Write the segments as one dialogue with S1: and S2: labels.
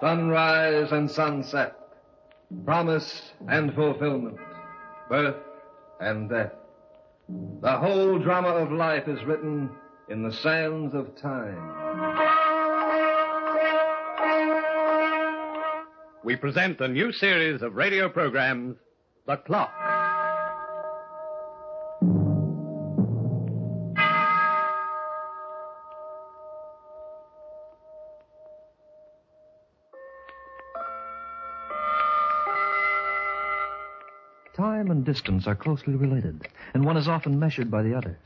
S1: sunrise and sunset, promise and fulfillment, birth and death. The whole drama of life is written in the sands of time.
S2: we present the new series of radio programs, The Clock.
S3: Time and distance are closely related, and one is often measured by the other.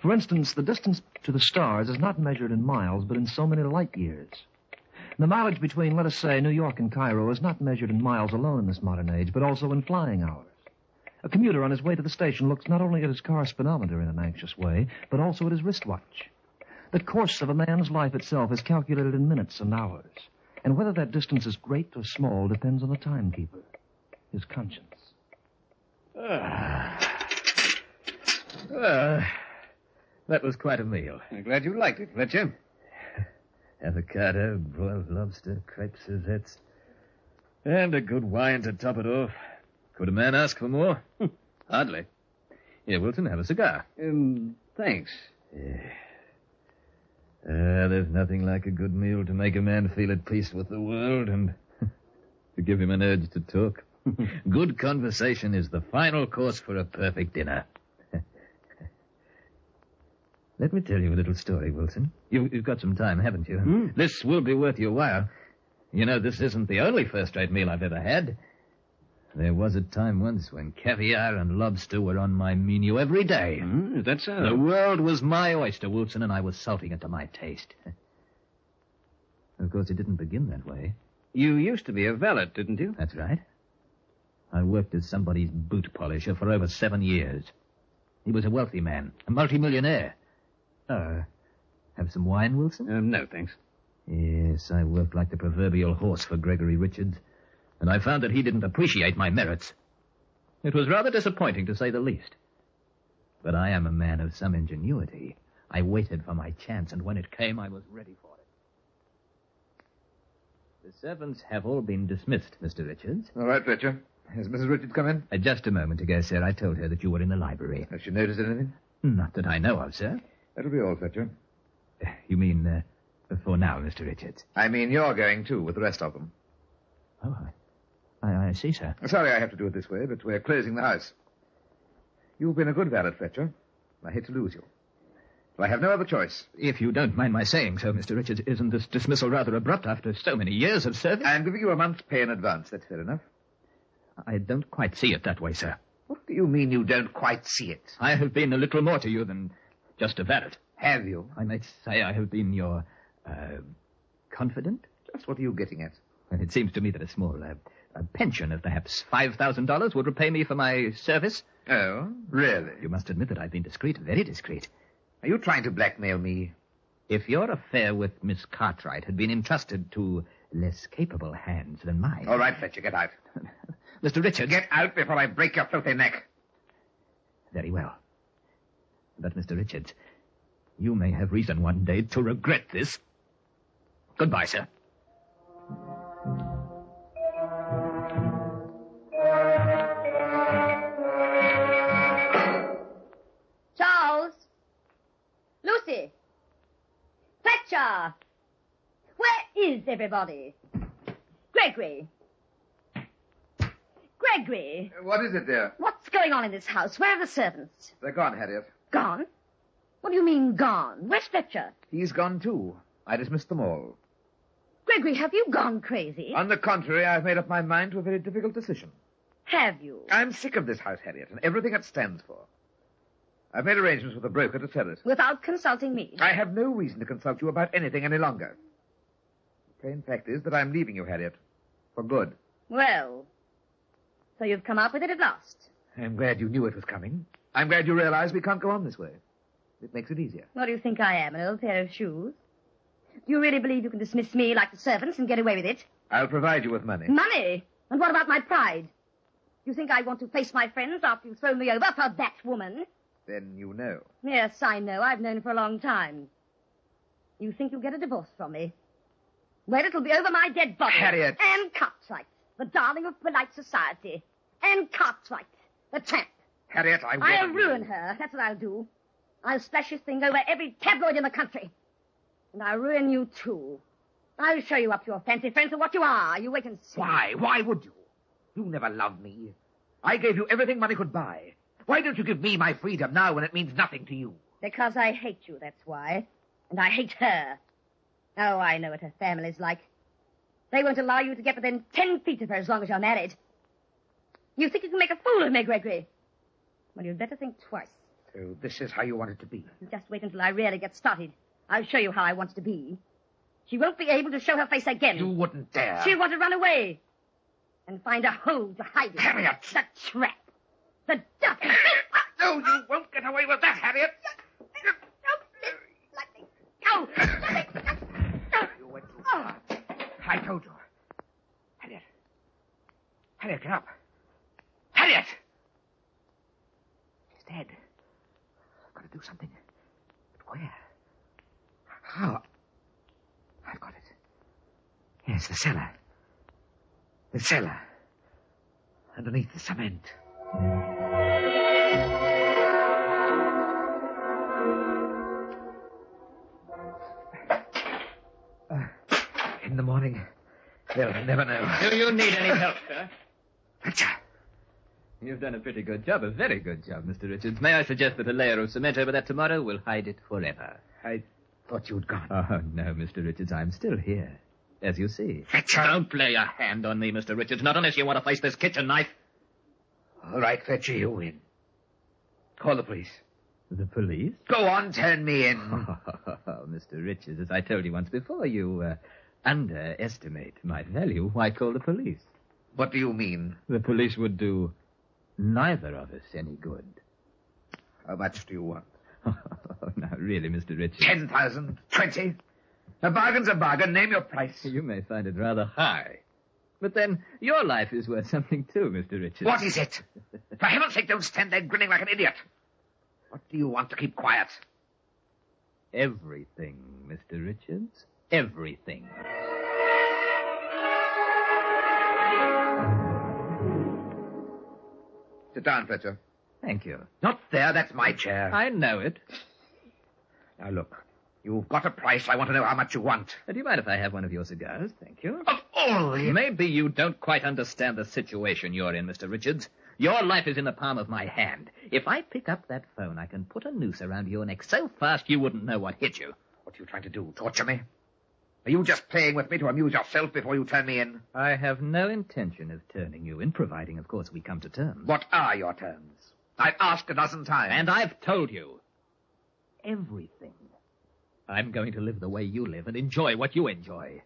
S3: For instance, the distance to the stars is not measured in miles, but in so many light years. The mileage between, let us say, New York and Cairo is not measured in miles alone in this modern age, but also in flying hours. A commuter on his way to the station looks not only at his car speedometer in an anxious way, but also at his wristwatch. The course of a man's life itself is calculated in minutes and hours, and whether that distance is great or small depends on the timekeeper, his conscience.
S4: Well, that was quite a meal.
S2: I'm glad you liked it, Fletcher.
S4: Avocado, broiled lobster, crepe Suzette's, and a good wine to top it off. Could a man ask for more?
S2: Hardly.
S4: Here, Wilton, have a cigar.
S2: Um, thanks.
S4: Uh, there's nothing like a good meal to make a man feel at peace with the world and to give him an urge to talk. good conversation is the final course for a perfect dinner. Let me tell you a little story, Wilson. You, you've got some time, haven't you? This will be worth your while. You know, this isn't the only first-rate meal I've ever had. There was a time once when caviar and lobster were on my menu every day.
S2: Hmm, is that so?
S4: The world was my oyster, Wilson, and I was salting it to my taste. Of course, it didn't begin that way.
S2: You used to be a valet, didn't you?
S4: That's right. I worked as somebody's boot polisher for over seven years. He was a wealthy man, a multimillionaire. Uh, have some wine, Wilson?
S2: Um, no, thanks.
S4: Yes, I worked like the proverbial horse for Gregory Richards, and I found that he didn't appreciate my merits. It was rather disappointing, to say the least. But I am a man of some ingenuity. I waited for my chance, and when it came, I was ready for it. The servants have all been dismissed, Mr. Richards.
S5: All right, Fletcher. Has Mrs. Richards come in?
S4: Uh, just a moment ago, sir, I told her that you were in the library.
S5: Has she noticed anything?
S4: Not that I know of, sir.
S5: That'll be all, Fletcher.
S4: You mean, uh, for now, Mr. Richards?
S5: I mean, you're going too with the rest of them.
S4: Oh, I, I, I see, sir.
S5: Sorry I have to do it this way, but we're closing the house. You've been a good valet, Fletcher. I hate to lose you. But I have no other choice.
S4: If you don't mind my saying so, Mr. Richards, isn't this dismissal rather abrupt after so many years of service?
S5: I'm giving you a month's pay in advance. That's fair enough.
S4: I don't quite see it that way, sir.
S5: What do you mean you don't quite see it?
S4: I have been a little more to you than just a valet.
S5: Have you?
S4: I might say I have been your uh, confidant.
S5: Just what are you getting at?
S4: And it seems to me that a small uh, a pension of perhaps $5,000 would repay me for my service.
S5: Oh, really?
S4: You must admit that I've been discreet, very discreet.
S5: Are you trying to blackmail me?
S4: If your affair with Miss Cartwright had been entrusted to less capable hands than mine.
S5: All right, Fletcher, get out.
S4: Mr. Richards.
S5: Get out before I break your filthy neck.
S4: Very well. But, Mr. Richards, you may have reason one day to regret this. Goodbye, sir.
S6: Charles. Lucy. Fletcher. Where is everybody? Gregory. Gregory.
S5: What is it, dear?
S6: What's going on in this house? Where are the servants?
S5: They're gone, Harriet.
S6: Gone? What do you mean gone? Where's Fletcher?
S5: He's gone, too. I dismissed them all.
S6: Gregory, have you gone crazy?
S5: On the contrary, I've made up my mind to a very difficult decision.
S6: Have you?
S5: I'm sick of this house, Harriet, and everything it stands for. I've made arrangements with a broker to sell it.
S6: Without consulting me?
S5: I have no reason to consult you about anything any longer. The plain fact is that I'm leaving you, Harriet. For good.
S6: Well, so you've come up with it at last.
S5: I'm glad you knew it was coming. I'm glad you realize we can't go on this way. It makes it easier.
S6: What do you think I am, an old pair of shoes? Do you really believe you can dismiss me like the servants and get away with it?
S5: I'll provide you with money.
S6: Money? And what about my pride? You think I want to face my friends after you've thrown me over for that woman?
S5: Then you know.
S6: Yes, I know. I've known for a long time. You think you'll get a divorce from me.
S7: Well, it'll be over my dead body.
S8: Harriet.
S7: Anne Cartwright, the darling of polite society. Anne Cartwright, the tramp.
S8: Harriet, I warn
S7: I'll
S8: you.
S7: ruin her. That's what I'll do. I'll splash this thing over every tabloid in the country. And I'll ruin you, too. I'll show you up to your fancy friends for what you are. You wait and see.
S8: Why? Why would you? You never loved me. I gave you everything money could buy. Why don't you give me my freedom now when it means nothing to you?
S7: Because I hate you, that's why. And I hate her. Oh, I know what her family's like. They won't allow you to get within ten feet of her as long as you're married. You think you can make a fool of me, Gregory? Well, you'd better think twice.
S8: So Oh, this is how you want it to be.
S7: You Just wait until I really get started. I'll show you how I want to be. She won't be able to show her face again.
S8: You uh, wouldn't dare.
S7: She'll want to run away and find a hole to hide in.
S8: Harriet!
S7: The trap. The duck.
S8: No, you won't get away with that, Harriet.
S7: Go!
S8: You went too far. I told you. Harriet. Harriet, get up. Harriet! She's dead. I've got to do something. But where? How? I've got it. Yes, the cellar. The cellar. Underneath the cement. Uh, In the morning, they'll never know.
S4: Do you need any help, sir?
S8: Fletcher!
S4: You've done a pretty good job, a very good job, Mr. Richards. May I suggest that a layer of cement over that tomorrow will hide it forever?
S8: I thought you'd gone.
S4: Oh, no, Mr. Richards, I'm still here. As you see.
S8: Fletcher!
S4: Don't lay a hand on me, Mr. Richards, not unless you want to face this kitchen knife.
S8: All right, Fletcher, you win. Call the police.
S4: The police?
S8: Go on, turn me in.
S4: Mr. Richards, as I told you once before, you uh, underestimate my value. Why call the police?
S8: what do you mean?
S4: The police would do neither of us any good.
S8: How much do you want?
S4: now, really, Mr. Richards,
S8: Ten thousand? Twenty? A bargain's a bargain. Name your price.
S4: you may find it rather high. But then, your life is worth something too, Mr. Richards.
S8: What is it? For heaven's sake, don't stand there grinning like an idiot. What do you want to keep quiet?
S4: Everything, Mr. Richards. Everything.
S8: Sit down, Fletcher.
S4: Thank you.
S8: Not there. That's my chair.
S4: I know it.
S8: Now, look. You've got a price. I want to know how much you want.
S4: Uh, Do you mind if I have one of your cigars? Thank you.
S8: Of all the...
S4: Maybe you don't quite understand the situation you're in, Mr. Richards. Your life is in the palm of my hand. If I pick up that phone, I can put a noose around your neck so fast you wouldn't know what hit you.
S8: What are you trying to do? Torture me? Are you just playing with me to amuse yourself before you turn me in?
S4: I have no intention of turning you in, providing, of course, we come to terms.
S8: What are your terms? I've asked a dozen times.
S4: And I've told you everything. I'm going to live the way you live and enjoy what you enjoy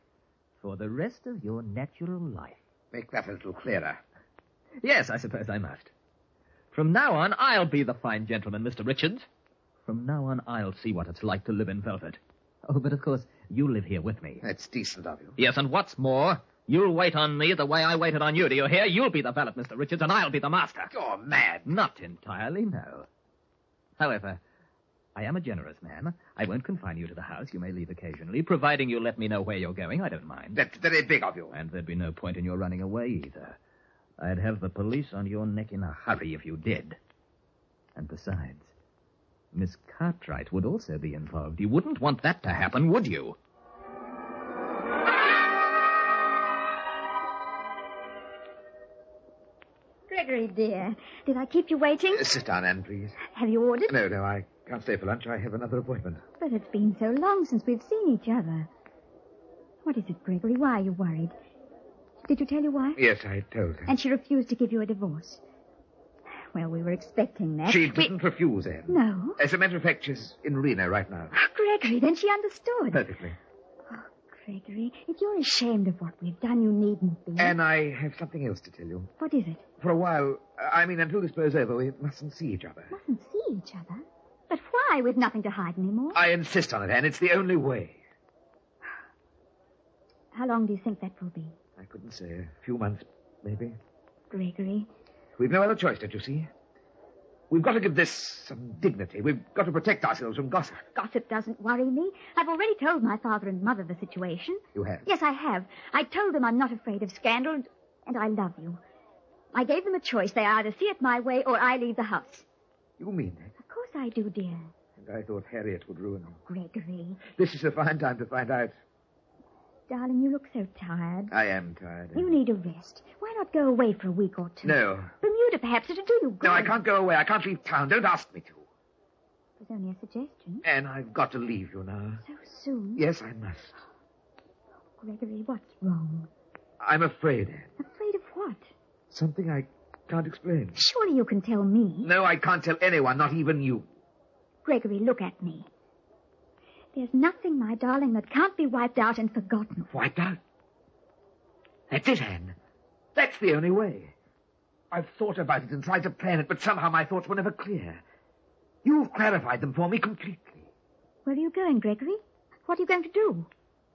S4: for the rest of your natural life.
S8: Make that a little clearer.
S4: Yes, I suppose I must. From now on, I'll be the fine gentleman, Mr. Richards. From now on, I'll see what it's like to live in Velvet. Oh, but of course, you live here with me.
S8: That's decent of you.
S4: Yes, and what's more, you'll wait on me the way I waited on you. Do you hear? You'll be the valet, Mr. Richards, and I'll be the master.
S8: You're mad.
S4: Not entirely, no. However, I am a generous man. I won't confine you to the house. You may leave occasionally, providing you let me know where you're going. I don't mind.
S8: That's very big of you.
S4: And there'd be no point in your running away either. I'd have the police on your neck in a hurry if you did. And besides, Miss Cartwright would also be involved. You wouldn't want that to happen, would you?
S6: Gregory, dear, did I keep you waiting?
S8: Uh, Sit down, Anne, please.
S6: Have you ordered?
S8: No, no, I can't stay for lunch. I have another appointment.
S6: But it's been so long since we've seen each other. What is it, Gregory? Why are you worried? Did you tell your wife?
S8: Yes, I told her.
S6: And she refused to give you a divorce. Well, we were expecting that.
S8: She didn't refuse, Anne.
S6: No.
S8: As a matter of fact, she's in Reno right now.
S6: Gregory, then she understood.
S8: Perfectly.
S6: Gregory, if you're ashamed of what we've done, you needn't be.
S8: Anne, I have something else to tell you.
S6: What is it?
S8: For a while, I mean, until this blows over, we mustn't see each other.
S6: We can see each other. But why? We've nothing to hide anymore.
S8: I insist on it, Anne. It's the only way.
S6: How long do you think that will be?
S8: I couldn't say. A few months, maybe.
S6: Gregory,
S8: We've no other choice, don't you see? We've got to give this some dignity. We've got to protect ourselves from gossip.
S6: Gossip doesn't worry me. I've already told my father and mother the situation.
S8: You have.
S6: Yes, I have. I told them I'm not afraid of scandal, and, and I love you. I gave them a choice. They either see it my way or I leave the house.
S8: You mean that?
S6: Of course I do, dear.
S8: And I thought Harriet would ruin them.
S6: Gregory.
S8: This is a fine time to find out.
S6: Darling, you look so tired.
S8: I am tired.
S6: You need a rest. Why not go away for a week or two?
S8: No.
S6: Bermuda, perhaps. It'll do you good.
S8: No, I can't go away. I can't leave town. Don't ask me to.
S6: It was only a suggestion.
S8: Anne, I've got to leave you now.
S6: So soon?
S8: Yes, I must.
S6: Gregory, what's wrong?
S8: I'm afraid, Anne.
S6: Afraid of what?
S8: Something I can't explain.
S6: Surely you can tell me.
S8: No, I can't tell anyone, not even you.
S6: Gregory, look at me. There's nothing, my darling, that can't be wiped out and forgotten.
S8: Wiped out. That's it, Anne. That's the only way. I've thought about it and tried to plan it, but somehow my thoughts were never clear. You've clarified them for me completely.
S6: Where are you going, Gregory? What are you going to do?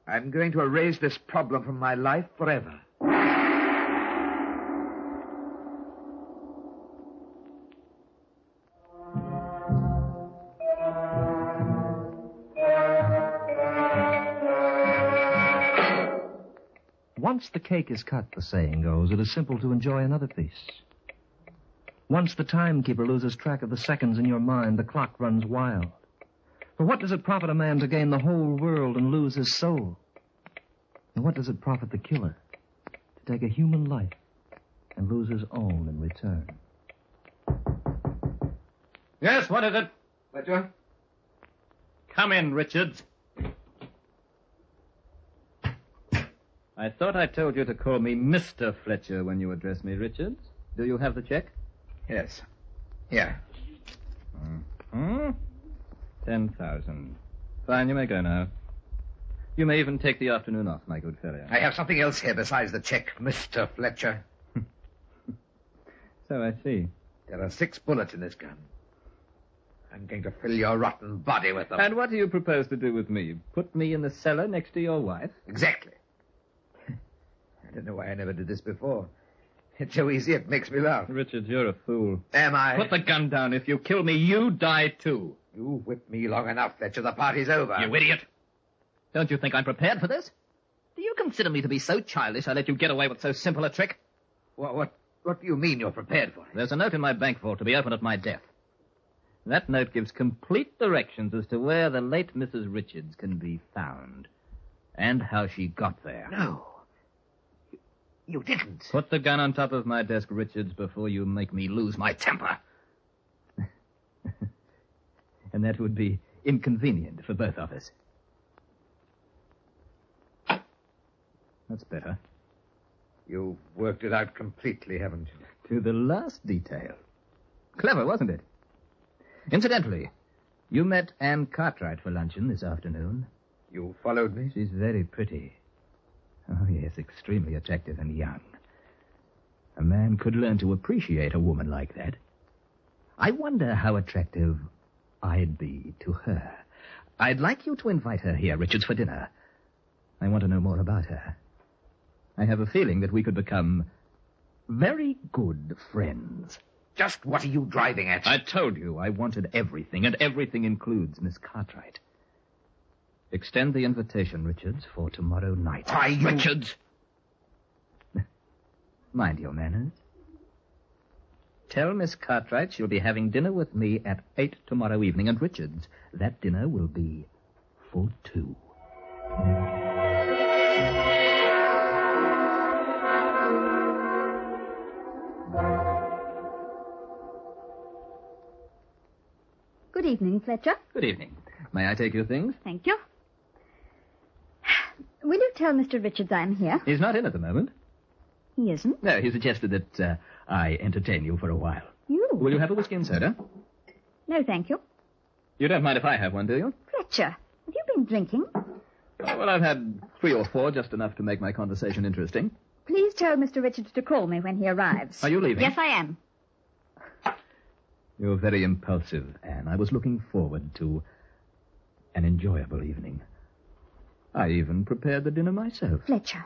S8: I'm going to erase this problem from my life forever.
S3: Once the cake is cut, the saying goes, it is simple to enjoy another piece. Once the timekeeper loses track of the seconds in your mind, the clock runs wild. For what does it profit a man to gain the whole world and lose his soul? And what does it profit the killer to take a human life and lose his own in return?
S2: Yes, what is it?
S5: Fletcher?
S2: Come in, Richards. I thought I told you to call me Mr. Fletcher when you address me, Richards. Do you have the check?
S8: Yes. Here.
S2: Hmm? Ten thousand. Fine, you may go now. You may even take the afternoon off, my good fellow.
S8: I have something else here besides the check, Mr. Fletcher.
S2: So I see.
S8: There are six bullets in this gun. I'm going to fill your rotten body with
S4: Oh.
S8: them.
S2: And what do you propose to do with me? Put me in the cellar next to your wife?
S8: Exactly. I don't know why I never did this before. It's so easy, it makes me laugh.
S2: Richards, you're a fool.
S8: Am I?
S2: Put the gun down. If you kill me, you die too.
S8: You whipped me long enough, Fletcher. The party's over.
S2: Ah.
S4: You idiot! Don't you think I'm prepared for this? Do you consider me to be so childish I let you get away with so simple a trick?
S8: What, what, what do you mean you're prepared for it?
S4: There's a note in my bank vault to be opened at my death. That note gives complete directions as to where the late Mrs. Richards can be found and how she got there.
S8: No. You, you didn't.
S4: Put the gun on top of my desk, Richards, before you make me lose my temper. and that would be inconvenient for both of us. That's better.
S8: You've worked it out completely, haven't you?
S4: To the last detail. Clever, wasn't it? Incidentally, you met Anne Cartwright for luncheon this afternoon.
S8: You followed me?
S4: She's very pretty. Oh, yes, extremely attractive and young. A man could learn to appreciate a woman like that. I wonder how attractive I'd be to her. I'd like you to invite her here, Richards, for dinner. I want to know more about her. I have a feeling that we could become very good friends.
S8: Just what are you driving at?
S4: I told you I wanted everything, and everything includes Miss Cartwright. Extend the invitation, Richards, for tomorrow night.
S8: Why, you-
S4: Richards! Mind your manners. Tell Miss Cartwright she'll be having dinner with me at eight tomorrow evening, and Richards, that dinner will be for two.
S6: Good evening, Fletcher.
S4: Good evening. May I take your things?
S6: Thank you. Will you tell Mr. Richards I'm here?
S4: He's not in at the moment.
S6: He isn't.
S4: No, he suggested that uh, I entertain you for a while.
S6: You?
S4: Will you have a whiskey and soda?
S6: No, thank you.
S4: You don't mind if I have one, do you?
S6: Fletcher, have you been drinking?
S4: Well, I've had three or four, just enough to make my conversation interesting.
S6: Please tell Mr. Richards to call me when he arrives.
S4: Are you leaving?
S6: Yes, I am.
S4: You're very impulsive, Anne. I was looking forward to an enjoyable evening. I even prepared the dinner myself.
S6: Fletcher,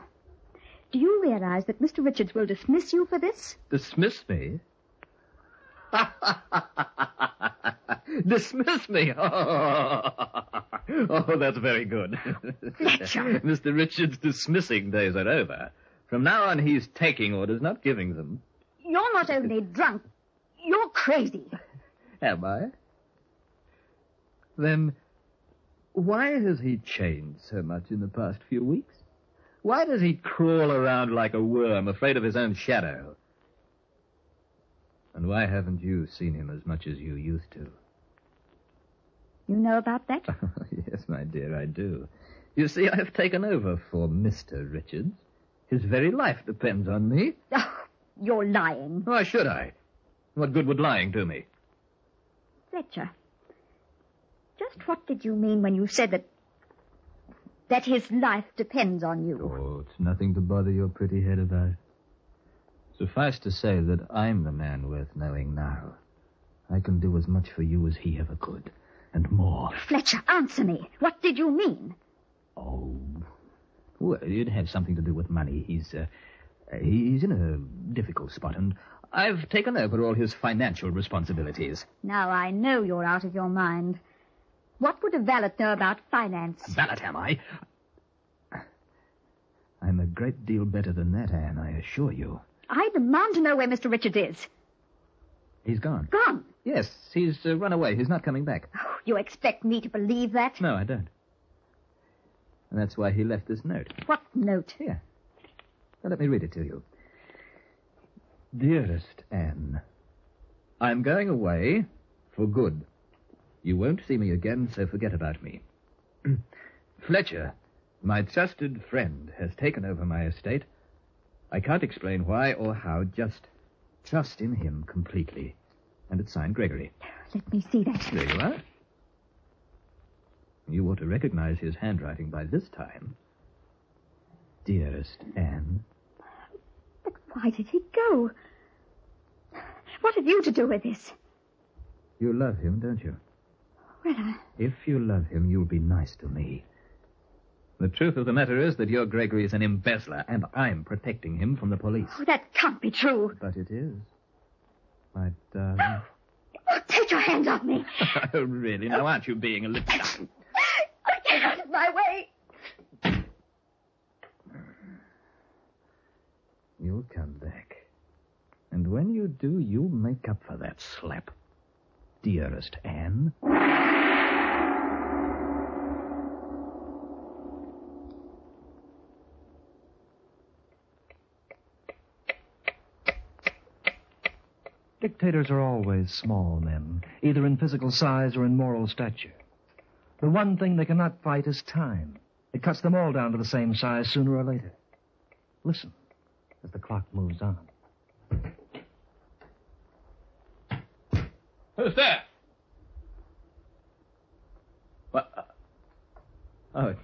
S6: do you realize that Mr. Richards will dismiss you for this?
S4: Dismiss me? Dismiss me. Oh, that's very good. Mr. Richards' dismissing days are over. From now on, he's taking orders, not giving them.
S6: You're not only drunk, you're crazy.
S4: Am I? Then, why has he changed so much in the past few weeks? Why does he crawl around like a worm, afraid of his own shadow? And why haven't you seen him as much as you used to?
S6: You know about that?
S4: yes, my dear, I do. You see, I have taken over for Mr. Richards. His very life depends on me.
S6: Oh, you're lying.
S4: Why should I? What good would lying do me?
S6: Fletcher, just what did you mean when you said that that his life depends on you?
S4: Oh, it's nothing to bother your pretty head about. Suffice to say that I'm the man worth knowing now. I can do as much for you as he ever could, and more.
S6: Fletcher, answer me. What did you mean?
S4: Oh, well, it'd have something to do with money. He's, uh, he's in a difficult spot, and I've taken over all his financial responsibilities.
S6: Now I know you're out of your mind. What would a valet know about finance?
S4: Valet am I? I'm a great deal better than that, Anne, I assure you.
S6: I demand to know where Mr. Richards is.
S4: He's gone.
S6: Gone. Oh,
S4: Yes, he's uh, run away. He's not coming back.
S6: You expect me to believe that?
S4: No, I don't. And that's why he left this note.
S6: What note?
S4: Here. Now, let me read it to you. Dearest Anne, I'm going away for good. You won't see me again, so forget about me. Fletcher, my trusted friend, has taken over my estate. I can't explain why or how, just trust in him completely. And it's signed Gregory.
S6: Let me see that.
S4: There you are. You ought to recognize his handwriting by this time. Dearest Anne,
S6: But why did he go? What have you to do with this?
S4: you love him, don't you?
S6: Well, uh, I,
S4: If you love him, you'll be nice to me. The truth of the matter is that your Gregory is an embezzler, and I'm protecting him from the police.
S6: oh, that can't be true.
S4: But it is. My darling.
S6: Oh, take your hands off me.
S4: oh, really? Now, aren't you being a little.
S6: Oh, get out of my way.
S4: You'll come back. And when you do, you'll make up for that slap. Dearest Anne.
S3: Dictators are always small men, either in physical size or in moral stature. The one thing they cannot fight is time. It cuts them all down to the same size sooner or later. Listen as the clock moves on.
S2: Who's there?
S4: What? Oh,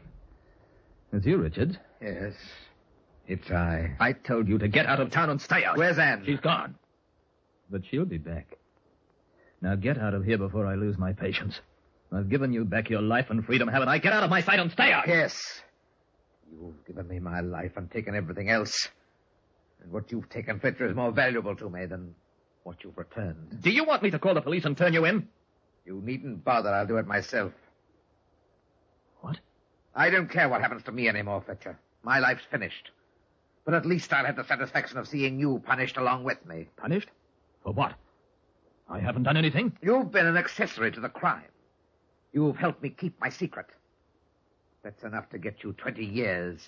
S4: it's you, Richard.
S5: Yes. It's I.
S4: I told you to get out of town and stay out.
S5: Where's Anne?
S4: She's gone. But she'll be back. Now get out of here before I lose my patience. I've given you back your life and freedom, haven't I? Get out of my sight and stay out.
S5: Yes. You've given me my life and taken everything else. And what you've taken, Fletcher, is more valuable to me than what you've returned.
S4: Do you want me to call the police and turn you in?
S5: You needn't bother. I'll do it myself.
S4: What?
S5: I don't care what happens to me anymore, Fletcher. My life's finished. But at least I'll have the satisfaction of seeing you punished along with me.
S4: Punished? For what? I haven't done anything.
S5: You've been an accessory to the crime. You've helped me keep my secret. That's enough to get you 20 years.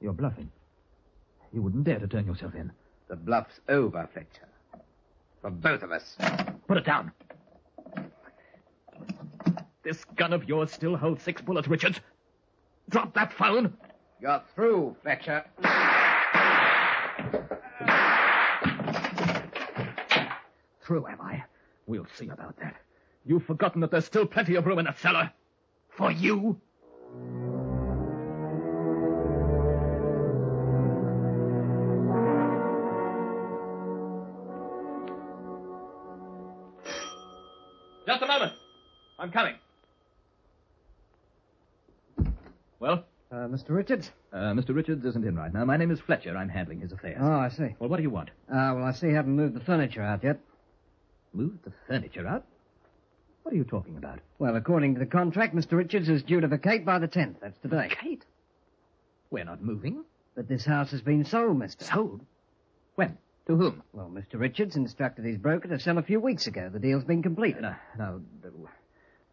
S4: You're bluffing. You wouldn't dare to turn yourself in.
S5: The bluff's over, Fletcher. For both of us.
S4: Put it down. This gun of yours still holds six bullets, Richards. Drop that phone.
S5: You're through, Fletcher.
S4: True, am I? We'll see about that. You've forgotten that there's still plenty of room in the cellar. For you.
S2: Just a moment. I'm coming.
S4: Well,
S9: Uh, Mr. Richards?
S10: Uh, Mr. Richards isn't in right now. My name is Fletcher. I'm handling his affairs.
S9: Oh, I see.
S10: Well, what do you want?
S9: Uh, well, I see you haven't moved the furniture out yet.
S10: Move the furniture out? What are you talking about?
S9: Well, according to the contract, Mr. Richards is due to vacate by the 10th. That's today.
S10: Kate. We're not moving.
S9: But this house has been sold, Mr.
S10: Sold? When? To whom?
S9: Well, Mr. Richards instructed his broker to sell a few weeks ago. The deal's been completed.
S10: No, no.
S9: uh,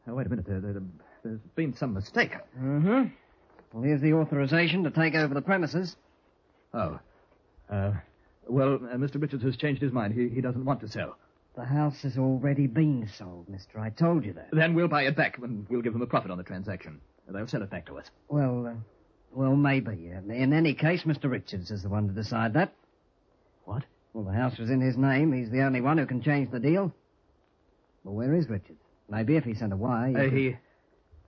S10: no, wait a minute. There, there, there's been some mistake.
S9: Mm-hmm. Well, here's the authorization to take over the premises.
S10: Oh. Uh, well, uh, Mr. Richards has changed his mind. He, he doesn't want to sell.
S9: The house has already been sold, mister. I told you that.
S10: Then we'll buy it back and we'll give them a profit on the transaction. They'll sell it back to us.
S9: Well, uh, well, maybe. In any case, Mr. Richards is the one to decide that.
S10: What?
S9: Well, the house was in his name. He's the only one who can change the deal. Well, where is Richards? Maybe if he sent a wire. you
S10: Uh,
S9: could-
S10: he,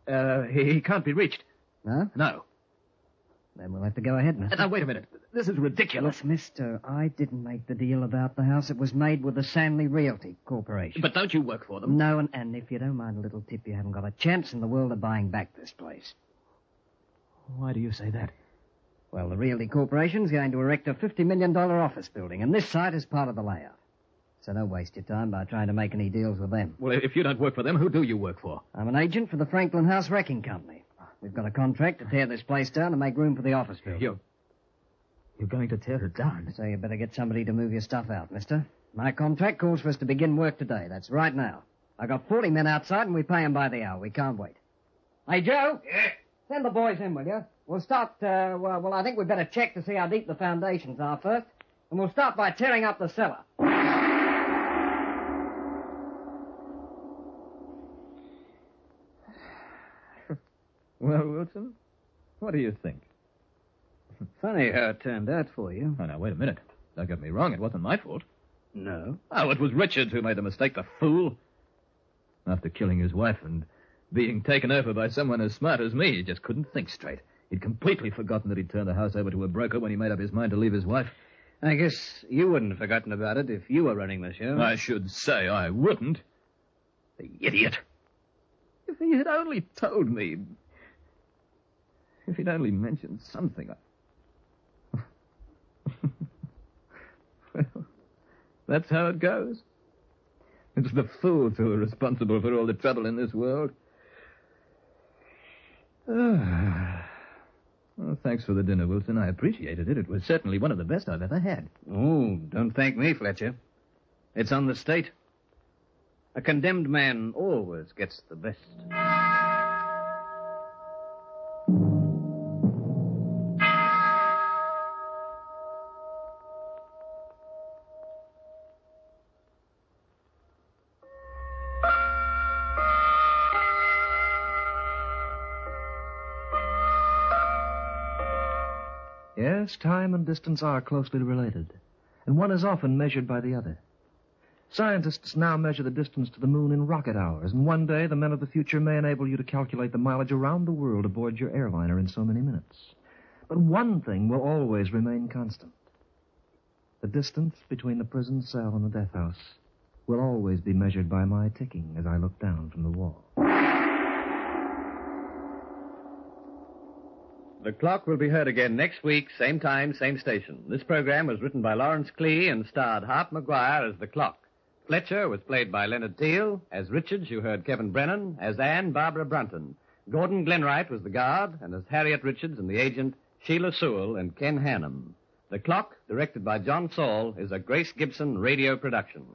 S10: uh, he, he can't be reached.
S9: No?
S10: No.
S9: Then we'll have to go ahead, mister.
S10: Now, wait a minute. This is
S9: Look,
S10: ridiculous.
S9: mister, I didn't make the deal about the house. It was made with the Sanley Realty Corporation.
S10: But don't you work for them.
S9: No, and, and if you don't mind a little tip, you haven't got a chance in the world of buying back this place.
S10: Why do you say that?
S9: Well, the Realty Corporation's going to erect a $50 million office building, and this site is part of the layout. So don't waste your time by trying to make any deals with them.
S10: Well, if you don't work for them, who do you work for?
S9: I'm an agent for the Franklin House Wrecking Company. We've got a contract to tear this place down and make room for the office building.
S10: You're, you're going to tear it down.
S9: So you better get somebody to move your stuff out, mister. My contract calls for us to begin work today. That's right now. I got 40 men outside and we pay 'em by the hour. We can't wait. Hey, Joe? Yeah? Send the boys in, will you? We'll start, uh, well, well, I think we'd better check to see how deep the foundations are first. And we'll start by tearing up the cellar.
S4: Well, Wilson, what do you think?
S9: Funny how it turned out for you.
S4: Oh, now, wait a minute. Don't get me wrong. It wasn't my fault.
S9: No.
S4: Oh, it was Richards who made the mistake, the fool. After killing his wife and being taken over by someone as smart as me, he just couldn't think straight. He'd completely forgotten that he'd turned the house over to a broker when he made up his mind to leave his wife.
S9: I guess you wouldn't have forgotten about it if you were running the show.
S4: I should say I wouldn't. The idiot. If he had only told me. If he'd only mentioned something. I- well, that's how it goes. It's the fools who are responsible for all the trouble in this world. Ah. Well, thanks for the dinner, Wilson. I appreciated it. It was certainly one of the best I've ever had.
S9: Oh, don't thank me, Fletcher. It's on the state. A condemned man always gets the best.
S3: Yes, time and distance are closely related, and one is often measured by the other. Scientists now measure the distance to the moon in rocket hours, and one day the men of the future may enable you to calculate the mileage around the world aboard your airliner in so many minutes. But one thing will always remain constant. The distance between the prison cell and the death house will always be measured by my ticking as I look down from the wall.
S8: The clock will be heard again next week, same time, same station. This program was written by Lawrence Clee and starred Hart McGuire as the clock. Fletcher was played by Leonard Teal. As Richards, you heard Kevin Brennan. As Anne, Barbara Brunton. Gordon Glenwright was the guard, and as Harriet Richards and the agent, Sheila Sewell and Ken Hannum. The Clock, directed by John Saul, is a Grace Gibson radio production.